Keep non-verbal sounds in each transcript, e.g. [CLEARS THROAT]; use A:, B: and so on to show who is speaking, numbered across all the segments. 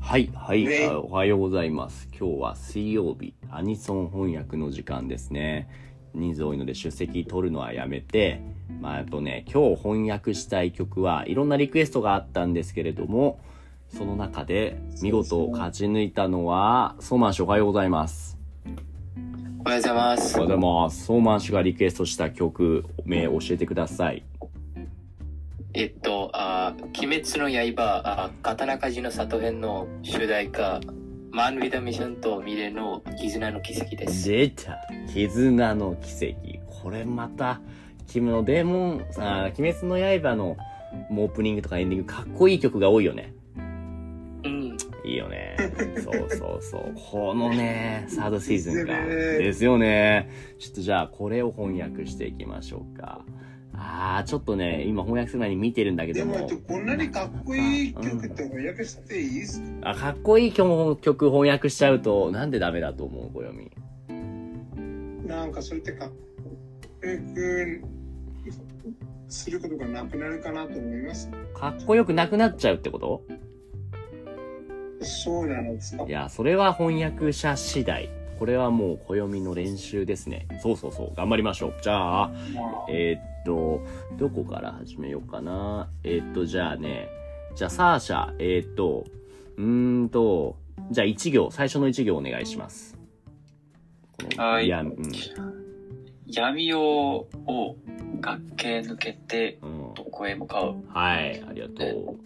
A: はい、はい、
B: ね
A: あおはようございます。今日は水曜日、アニソン翻訳の時間ですね。人数多いので出席取るのはやめて、まあ、あとね、今日翻訳したい曲はいろんなリクエストがあったんですけれども、その中で見事勝ち抜いたのは、ソーマン氏おはようございます。
B: おはようございます
A: お。はようございます。ソーマン氏がリクエストした曲名教えてください。
B: えっと、あー鬼滅の刃、あー刀鍛冶の里編の主題歌、マン・ウィダ・ミッションとミレの絆の奇跡です。
A: 出た絆の奇跡これまた君のデーモンあー鬼滅の刃のもうオープニングとかエンディングかっこいい曲が多いよね
B: うん。
A: いいよ
B: [LAUGHS]
A: ねそうそうそうこのねサードシーズンが
B: ですね
A: ですよねちょっとじゃあこれを翻訳していきましょうかあーちょっとね今翻訳する前に見てるんだけ
C: で
A: ど
C: も
A: も
C: こんなにかっこいい曲って翻訳していいっすか
A: あかっこいい曲曲翻訳しちゃうとなんでダメだと思う暦
C: なんかそれってかっこよくすることがなくなるかなと思います。
A: かっこよくなくなっちゃうってこと
C: そうなんですか
A: い。や、それは翻訳者次第。これはもう暦の練習ですね。そうそうそう。頑張りましょう。じゃあ、
C: まあ、
A: えーっと、どこから始めようかな。えーっと、じゃあね、じゃあサーシャ、えーっと、うーんと、じゃあ1行、最初の1行お願いします。この
B: はい
A: や、うん。
B: 闇夜を学系抜けて、
A: うん、
B: どこへ向かう
A: はい、ありがと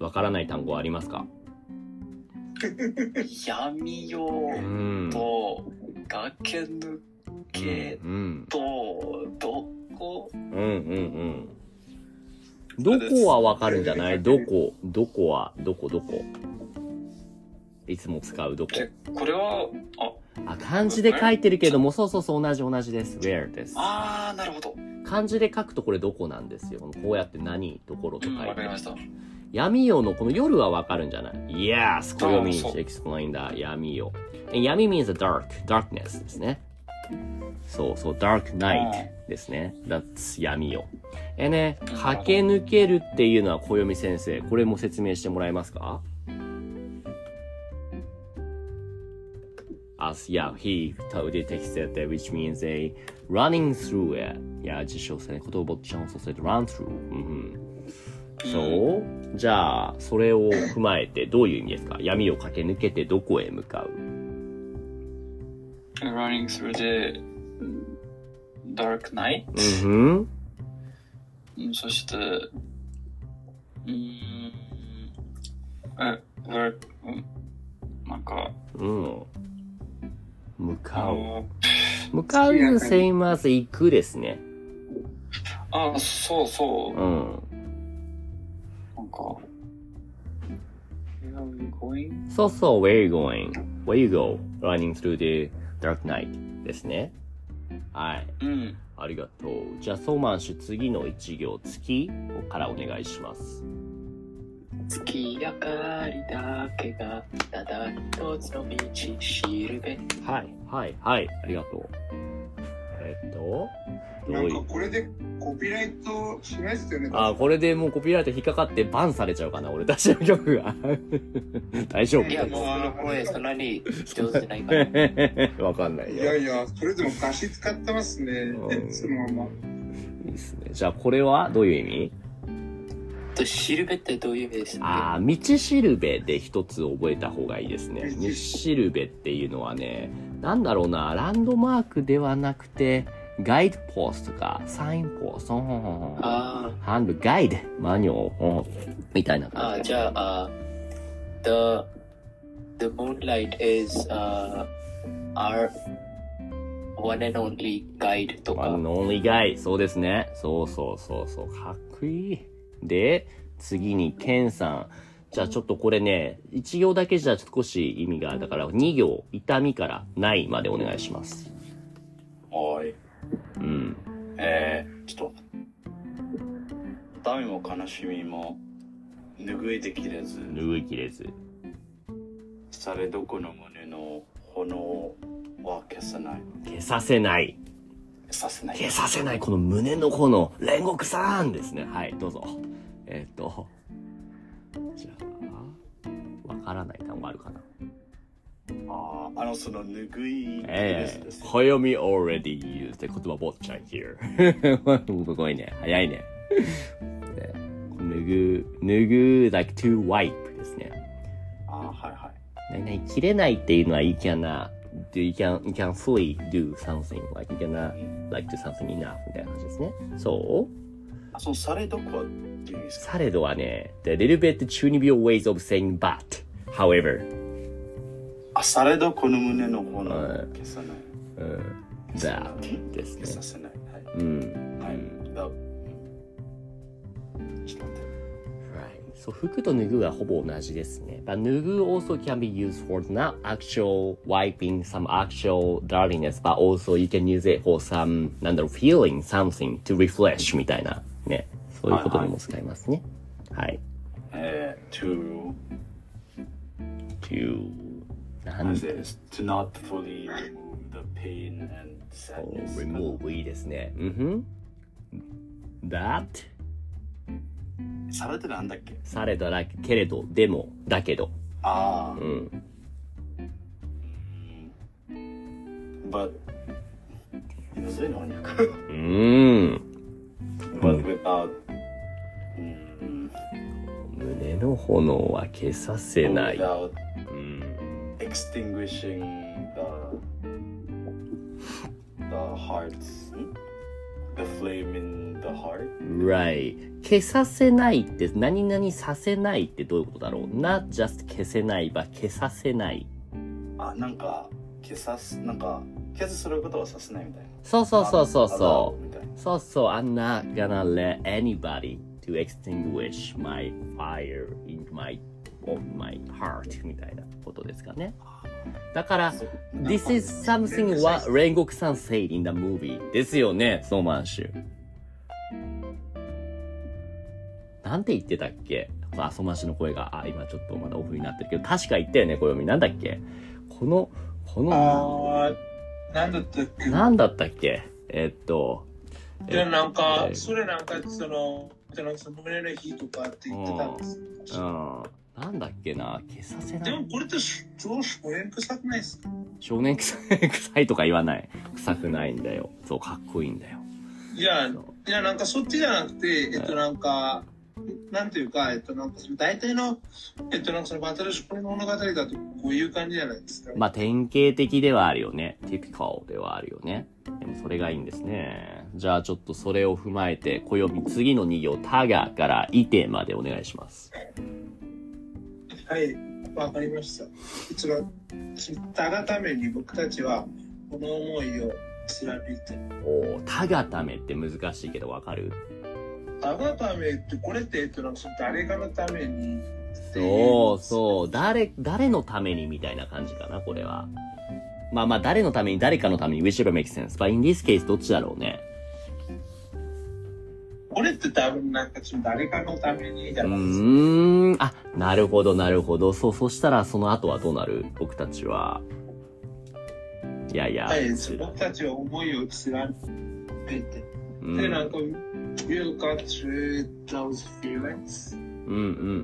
A: う。わからない単語はありますか
B: 闇夜
A: うん。
B: と学系抜け
A: うん。
B: と、どこ
A: うんうんうん。どこはわかるんじゃないどこ、どこは、どこどこ。いつも使うどこ。
B: えこれは、あ、
A: あ、漢字で書いてるけども、そうそうそう、同じ同じです。where です。
B: あー、なるほど。
A: 漢字で書くとこれどこなんですよ。こうやって何、どころと
B: う
A: 書
B: ん、わ
A: い
B: か
A: て
B: り。ました。
A: 闇夜のこの夜はわかるんじゃない ?Yes! これを見に
B: そう
A: explain that 闇夜。And 闇 means dark, darkness ですね。そうそう、dark
B: は
A: night
B: い
A: ですね。That's 闇夜。えね、
B: なるほど
A: 駆け抜けるっていうのは暦先生、これも説明してもらえますか As yeah, he totally takes it, there, which means a running through it. Yeah, 実証され、言葉を実証させて run through. うんうん。そうじゃあ、それを踏まえてどういう意味ですか闇を駆け抜けてどこへ向かう
B: running through the dark night、
A: うんうん。
B: うんそしてうーんえ where うんなんか
A: うん。向
B: あ
A: かう。
B: の
A: 向かう same as 行くですね。
B: あそうそう
A: うん。
B: なんか where are we going
A: So so, where you going? Where you go? Running through the dark night ですね。はい。
B: うん
A: ありがとう。じゃあ、ソーマン氏、次の一行、月からお願いします。
B: 月明かりだけがただ一つの道しるべ
A: はい。はい。はい。ありがとう。えっと、
C: な
A: どうんい
C: か
A: う。
C: これでコピーライトしないですよね。
A: あー、これでもうコピーライト引っかかってバンされちゃうかな、俺たちの曲が。 [LAUGHS] 大丈夫 [LAUGHS]
B: いやもうあの声そんなに上手じゃないから
A: わかんない
C: い
A: よ
C: やいや、それでも歌詞使ってますね
A: う。ん
C: そのまま。
A: いいっすね。じゃあ、これはどういう意味
B: としるべってどういう意味ですか
A: ああ、道しるべで一つ覚えた方がいいですね。道しるべっていうのはね、なんだろうな、ランドマークではなくて、ガイドポストか、サインポスト、
B: あ
A: ハンドガイド、マニュアル、みたいな
B: あ
A: 感じ。
B: じゃあ、uh, the the moonlight is uh, our one and only guide と
A: ワ
B: か
A: ン。オンリーガイ、そうですね。そうそうそうそう、かっこいい。で、次にケンさん。じゃあちょっとこれね、1行だけじゃ少し意味が、だから2行、痛みからないまでお願いします。
D: はい。
A: うん。
D: えー、ちょっと、痛みも悲しみも、拭いてきれず、
A: 拭いきれず。
D: されどこの胸の炎は消さない。
A: 消させない。
D: 消させない。
A: 消させない。この胸のこの煉獄さんですね。はい、どうぞ。えーっと。じゃあ、わからない単語あるかな
D: ああ、あの、その、拭いです
A: ええ
D: ですね。
A: 暦 already used って言葉坊ちゃん here す [LAUGHS] ごいね早いねね脱ぐ脱ぐ like to wipe ですね
D: ああ、はいはい。
A: 何々切れないっていうのは you cannot do you can you can fully do something like you cannot like do something enough みたいな感じですねそう
D: あそのされどこはっていうんですか
A: されどはね the little bit tunable ways of saying but however
D: あ、されどこの胸の方の
A: はい
D: 消さない。
A: うん that です
D: 消さ
A: ね
D: せない。はい。
A: うん
D: はい。だちょっと待って。
A: Right. So 服と脱ぐはほぼ同じですね。But 脱ぐ also can be used for not actual wiping some actual dirtiness, but also you can use it for some なんだろう feeling something to refresh みたいなね。そういうことにも使いますね。はい。
D: えー、to,
A: To な
D: how
A: ん
D: is
A: で
D: this? to not fully remove the pain and sadness.
A: remove いいですね。うんふん。That
D: されどなんだっけ
A: されどらけれどでもだけど。
D: ああ
A: う、ん。
D: but, you know, [LAUGHS] 全翻訳。
A: うん。
D: but without, うん
A: 胸の炎は消させない。
D: without
A: うん。
D: extinguishing the the hearts the flame in the heart
A: Right. 消させないって何々させないってどういうことだろう ?not just 消せないば消させない。
D: あなんか消さすなんか消すすることはさせないみたいな
A: そうそうそうそうそ
D: あみたいな
A: う。そうそう。I'm not gonna let anybody to extinguish my fire in my, on my heart みたいなことですかね。だから、
D: そう
A: This is something what 煉獄さん said in the movie ですよね、ソーマンシュ。なんて言ってたっけあ、ソーマンシュの声が、あ、今ちょっとまだオフになってるけど、確か言ったよね、小読み。なんだっけこの、この、
C: ああ、なんだったっけ
A: なんだったっけえっと、
C: でなんか、
A: えー
C: それなんかその、そのその胸の日とかって言ってたんです。
A: うん。なんだっけな消させな
C: でも
A: い。
C: これって超少年臭くないですか
A: 少年臭い、臭いとか言わない。臭くないんだよ。そう、かっこいいんだよ。
C: いや、いやなんかそっちじゃなくて、えっとなんか、なんていうか、えっとなんかその大体の、えっとなんかそのバトルショップの物語だとこういう感じじゃないですか。
A: まあ典型的ではあるよね。typical ではあるよね。でもそれがいいんですね。じゃあちょっとそれを踏まえて、暦次の2行、タガからいてまでお願いします。
C: はい、わかりました。一番、たがために僕たちは、この思いを貫いて。
A: おータガためって難しいけどわかる
C: たがためって、これって、えっと、なんかその誰かのために。
A: そうそう。誰、誰のためにみたいな感じかな、これは。まあまあ、誰のために、誰かのために、whichever makes sense. But in this case, どっちだろうね。
C: これって多分なんかその誰かのためにじゃ
A: う
C: ないですか。
A: ーん。あ、なるほど、なるほど。そう、そしたらその後はどうなる僕たちは。いやいや。
C: はい、そう僕たちは思いを貫いて。
A: うん
C: で、なんか、You got through those feelings.
A: うんうんうんうんうんう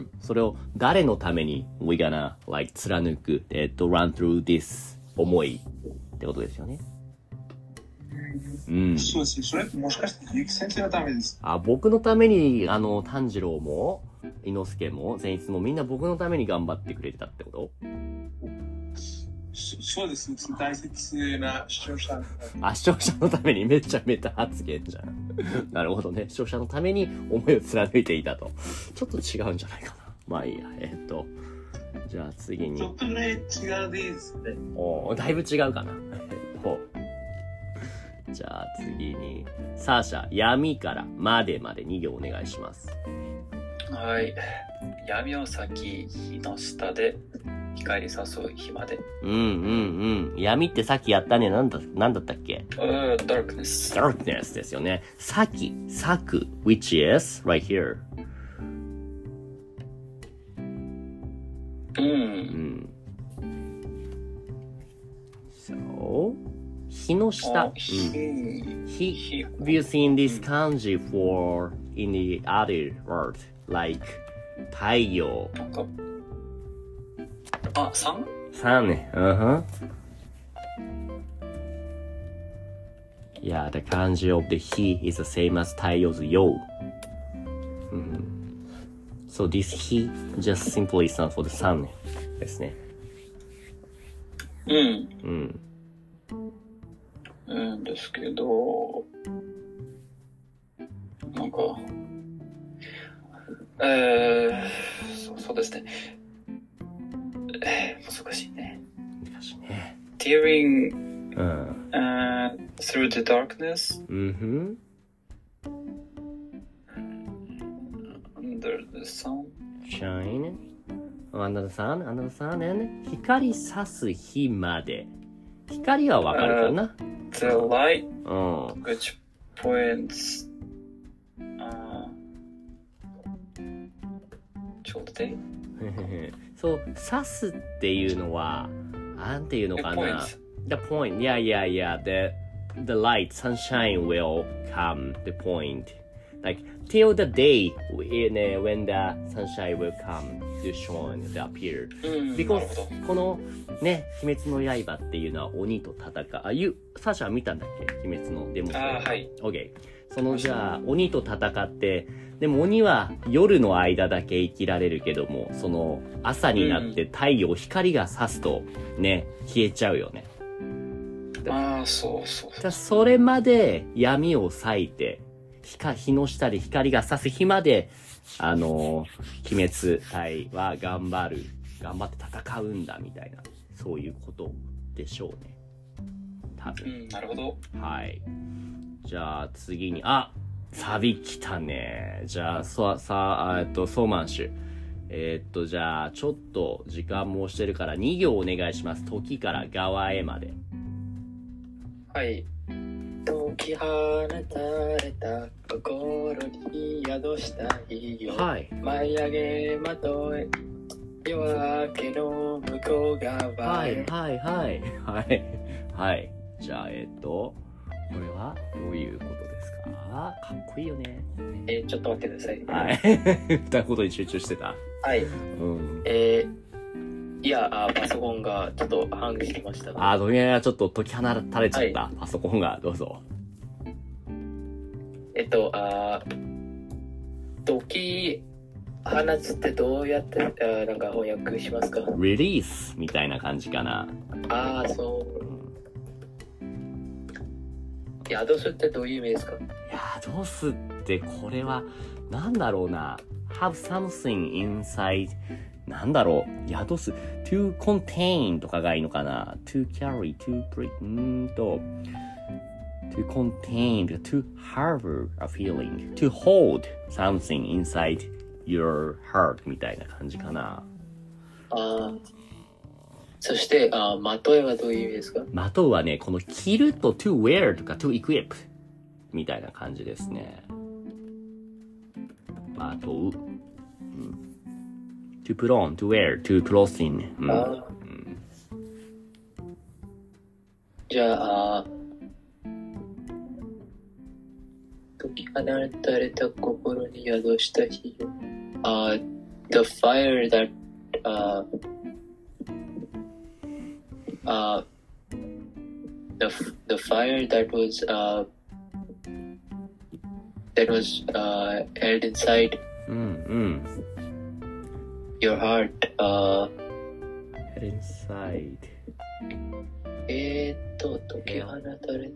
A: ん。それを誰のために we gonna like 貫く、えっと、run through this 思いってことですよね。うん。
C: そうですね。それってもしかして、ゆき先生のためです。
A: あ、僕のために、あの、炭治郎も、伊之助も、善逸もみんな僕のために頑張ってくれてたってこと
C: そそうですね。その大切な視聴者のために
A: あ、視聴者のためにめちゃめちゃ発言じゃ
C: [LAUGHS]
A: ん。なるほどね。視聴者のために思いを貫いていたと。ちょっと違うんじゃないかな。まあいいや。えっと、じゃあ次
C: ちょ
A: に。
C: っとぐらい違うですね。
A: おーだいぶ違うかな。 [LAUGHS] えっと、じゃあ次に、サーシャ、闇からまでまで2行お願いします。
B: はい。闇を裂き、火の下で、光り誘う日まで。
A: うんうんうん。闇ってさっきやったね。なんだ、なんだったっけ
B: うん、darkness。
A: darkness ですよね。先、く which is right here.
B: う。
A: うんん。So, 日の下。う
B: あ
A: ん
B: 火。
A: 日。
B: 火。
A: Have you seen this kanji for in the other word? Like, 太陽。
B: なんか、
D: あ、三
A: 3ね。うんふん。Yeah, the kanji of the he is the same as Taiyo's yo. Mhm. So this he just simply stands for the sun ねですね。
D: うん。
A: うん。
D: うんですけど、なんか、えー、そうそうですね。えー、難しいね。
A: 難しいね。
D: Tearing、
A: うん。
D: uh, through the darkness
A: うんふん。
D: under the sun.
A: shine under the sun under the sun and 光さす日まで光はわかるか
D: The light
A: なうん
D: which points. Uh, day?
A: [LAUGHS] そうさすっていうのはなんていうの
D: It
A: かな
D: points.
A: the point yeah yeah yeah the the light sunshine will come the point like till the day in, uh, when the sunshine will come to shine to appear
D: うん、な
A: because
D: るほど。
A: このね「鬼滅の刃」っていうのは鬼と戦うあゆサシャ見たんだっけ鬼滅のデモ
D: あーはい
A: OK そのじゃあ鬼と戦ってでも鬼は夜の間だけ生きられるけどもその朝になって太陽、光が差すとね消えちゃうよね
D: ああ、そうそう
A: じゃあそれまで闇を裂いて日か日の下で光が差す日まであのー鬼滅隊は頑張る頑張って戦うんだみたいなそういうことでしょうね多
D: う
A: 分
D: ん、なるほど。
A: はいじゃあ次にあサビ来たねじゃあそさあえっとソーマンシュえーっとじゃあちょっと時間も押してるから2行お願いします時から側へまで
D: はい。
B: 解き放たれた心に宿したいよ。
A: はい
B: 舞い上げまとえ夜明けの向こう側
A: は
B: へ
A: いはいはいはいはいじゃあえっとこれはどういうことですかかっこいいよね
B: えーちょっと待ってください
A: はい歌うことに集中してた
B: はい
A: うん
B: えーいやあーパソコンがちょっとハングしてました
A: あーごめんなちょっと解き放たれちゃった、
B: は
A: パソコンがどうぞ
B: えっとあー時放つってどうやってあーなんか翻訳しますか
A: リリースみたいな感じかな
B: ああそう宿すってどういう意味ですか
A: いやーどうすってこれはなんだろうな have something inside なんだろう宿す to contain とかがいいのかな to carry to bring うーんと to contain to harbor a feeling to hold something inside your heart みたいな感じかな
B: あーそしてあーまとえはどういう意味ですか
A: まとうはねこの着ると to wear とか to equip みたいな感じですねまとう、うん、to put on to wear to clothing、うん、
B: あーじゃああー、解き放たれた心に宿した日よ。あー、the fire that, uh, あー、あー、the, the fire that was, あー、that was, あー、held inside
A: うんうん、
B: your heart, uh, あー、
A: head inside
B: えーっと、解き放たれた心に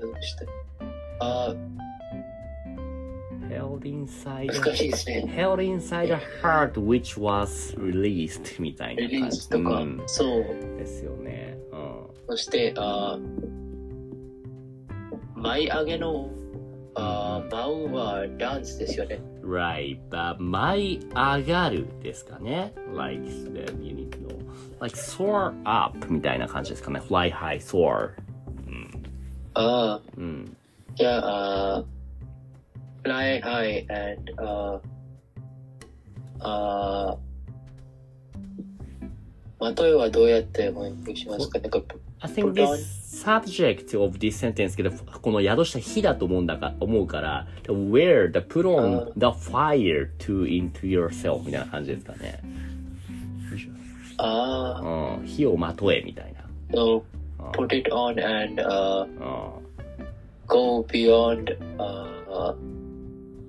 B: 宿した日。あー、
A: held inside
B: 難しいですね。
A: held inside a heart which was released みたいな
B: リ
A: 感じ
B: リースとか、
A: うん、
B: そう
A: ですよねうん
B: そしてあー舞い上げのあー舞うはダンスですよね
A: Right, but 舞い上がるですかね。Like, then you need to know. Like, soar up みたいな感じですかね。Fly high, soar.
B: ああ
A: うん。
B: じゃああー fly high and あーあーまといはどうやって翻訳しますかなんか
A: I think this subject of this sentence けど、この宿した火だと思うんだか、思うから、the where, the put on the fire to into yourself みたいな感じですかね。
B: Ah,
A: うん、火をまとえみたい
B: so
A: な。
B: put it on and uh,
A: うん、うん
B: go beyond uh,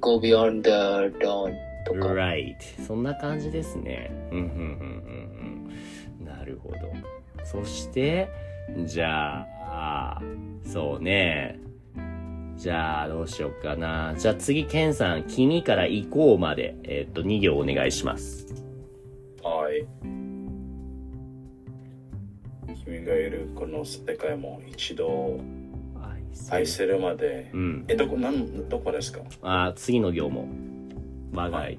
B: go beyond the dawn とか。
A: Right そんな感じですねうんうんうんうんうんなるほどそしてじゃあそうねじゃあどうしようかなじゃあ次ケンさん「君から行こう」までえっと2行お願いします
D: はい。君がいるこの世界も一度愛せるまで
A: う。ん
D: え、どこ、なん、どこですか
A: あ次の行も我が家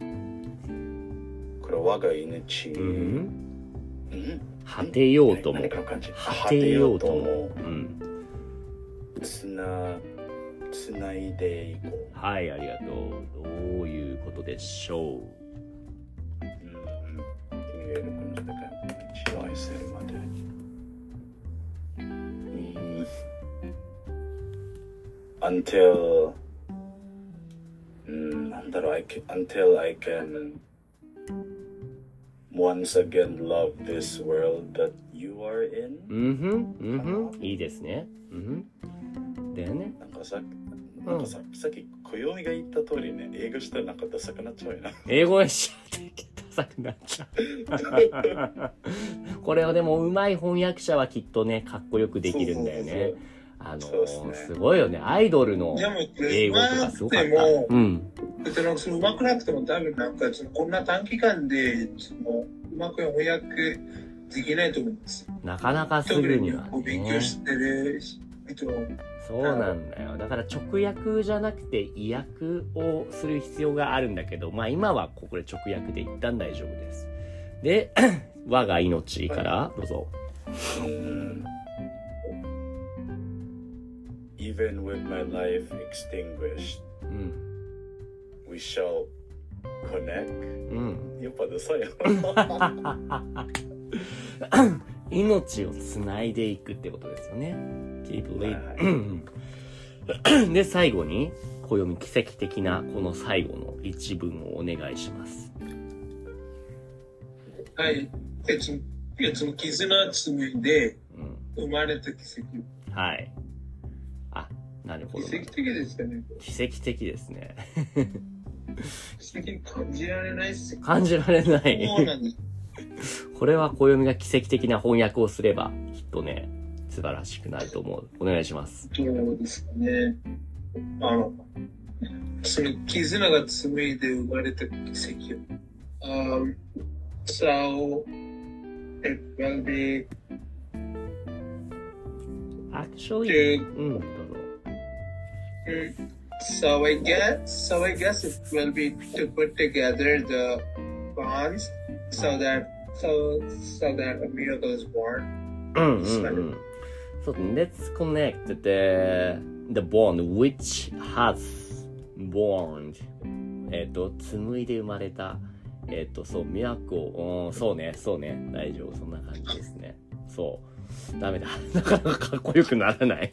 A: うん
D: これ我が命。
A: う
D: うん
A: ん果
D: 果
A: てようとも
D: 何かの感じ
A: 果てようとも
D: 果て
A: う
D: よ
A: ん
D: うともつな、つないでいこう。
A: はいありがとうどういうことでしょう
D: 君がいるこの世界も一度愛せるまで。うん。until うん、なんだろう、I can, until I can once again love this world that you are in.
A: うんふん、うんふん、いいですね。うんふん。だよね。
D: なんかさ、なんかさ、さっき、暦が言った通りね、英語したらなんかダサくなっちゃうよな。
A: 英語でしゃべってダサくなっちゃう。 [LAUGHS] これをでも、うまい翻訳者はきっとね、かっこよくできるんだよね。あの
D: そうです
A: ー、
D: ね
A: すごいよね。アイドルの
C: でもこれ
A: 英語とかすごかった。
C: でも
A: うん。
C: えっと、なんかそのうまくなくても多分なんかそのこんな短期間でそのうまく翻訳できないと思うんです。
A: なかなかす
C: 特
A: ぐ
C: に
A: に
C: 日
A: は
C: 本語勉強
A: ね。
C: してる人は。
A: そうなんだよ。だから直訳じゃなくて意訳をする必要があるんだけど、まあ今はここで直訳で一旦大丈夫です。で、 [COUGHS] 我が命から、どうぞ。
D: Mm. Even with my life extinguished,
A: うん。
D: we shall connect.
A: うん、
D: やっぱでさよ。
A: 命をつないでいくってことですよね。Keep
D: はい
A: lit
D: はい
A: うん [COUGHS] で最後に暦奇跡的なこの最後の一文をお願いします。
C: はい。えそのえその絆紡いで
A: うん、
C: 生まれた奇
A: はい。あなるほ
C: 跡。
A: ど
C: 奇。跡的ですよね。
A: 奇跡的ですね。 [LAUGHS]
C: 奇跡に感じられないっすよ。
A: 感じられな
C: そう
A: い。
C: なんです。
A: これは暦が奇跡的な翻訳をすればきっとね素晴らしくなると思う。お願いします。
C: そうですね。あの、その絆が紡いで生まれた奇跡を。Um, so, it will be
A: Actually,
C: to,
A: うんどうぞ。
C: mm, so I guess, so I guess it will be to put together the bonds so that, so, so that a miracle is born.
A: うんうんうん。そう、Let's connect the, the bond which has born. えっ、と、紡いで生まれた。えっ、と、そう、ミラクル。うん、そうね、そうね。大丈夫。そんな感じですね。そう。ダメだ。 [LAUGHS] なかなかかっこよくならない。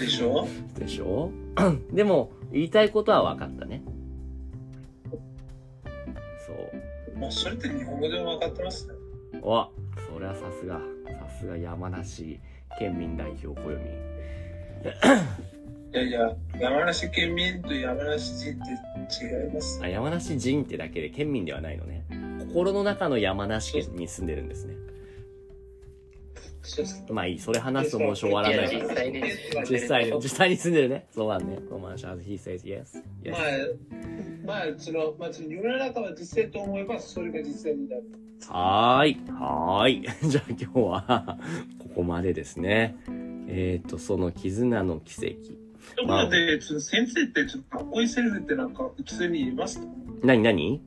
C: でしょ
A: でしょ [CLEARS THROAT] でも、言いたいことは分かったね。そう。
C: もうそれって日本語でも分かってますね。
A: おそりゃさすがさすが山梨県民代表暦
C: いやいや、山梨県民と山梨人って違います。
A: あ山梨人ってだけで県民ではないのね心の中の山梨県に住んでるんですね
C: そうです
A: まあいいそれ話すともうしょうがない
B: や、
A: か
B: 実
A: ら
B: 際に。
A: 実際に実際に住んでるねそうなんね Roman says he says yes yes
C: まあ、まあ、その、まあ、その世の中は実践と思えば、それが実践になる。
A: はーい。はーい。じゃあ [LAUGHS] 今日は、ここまでですね。えっ、ー、と、その絆の奇跡。
C: ところで、その先生って、ちょっとかっこいい先生って、なんか、普通に言いますか
A: なになに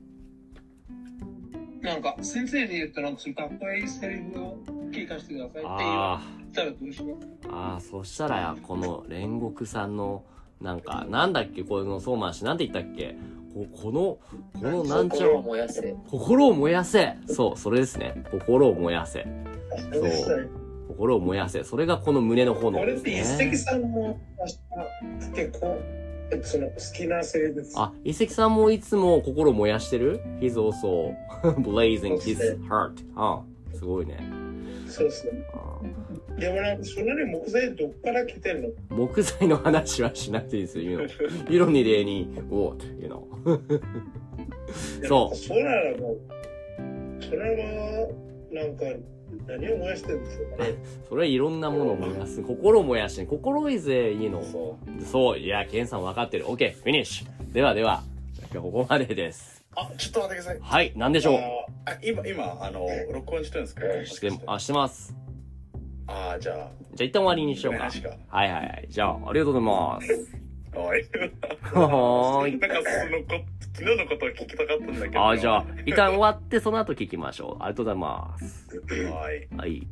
C: なんか、先生に言うと、なんか、そのかっこいいセリフを聞かせてくださいって言わ
A: ああ。
C: れたらどうします
A: ああそしたらこの煉獄さんのなんかなんだっけこのソーマン氏なんて言ったっけここのこのなんちゃ
B: 心を燃やせ。
A: 心を燃やせそうそれですね心を燃やせ
C: か
A: そう心を燃やせそれがこの胸の炎
C: これ
A: で
C: っ
A: す
C: て、
A: ね
C: 一石さんも、明日、結構、えっとその好きな性です。
A: あ、伊関さんもいつも心燃やしてる ?He's also [LAUGHS] blazing his heart. あすごいね。
C: そうですね。
A: あ
C: でもなんかそれに木材どっから来てんの
A: 木材の話はしなくていいですよ。You
D: [LAUGHS]
A: know. 色に例に、what, you know. そう
C: それならもう、それはなんか何を燃やしてるんですかね。
A: それはいろんなものを燃やす。心を燃やして、心 is a, you know.
D: そう
A: そう、いや、ケンさん分かってる。OK、フィニッシュ。ではでは、今日ここまでです。
D: あちょっと待ってください
A: はい、なんでしょう
D: あーあ今今あの録音してるんですかもし
A: して
D: かして、
A: あ、してます。
D: ああじゃ
A: じゃあ一旦終わりにしよう
D: お願
A: か
D: いします。
A: はいはいはい。じゃあ、ありがとうございます。
D: あはい
A: はーい
D: [LAUGHS] なん。かそのこ昨日のことを聞きたかったんだけど
A: あ、じゃあ、一旦終わって、その後聞きましょう。ありがとうございます。
D: はい
A: はい。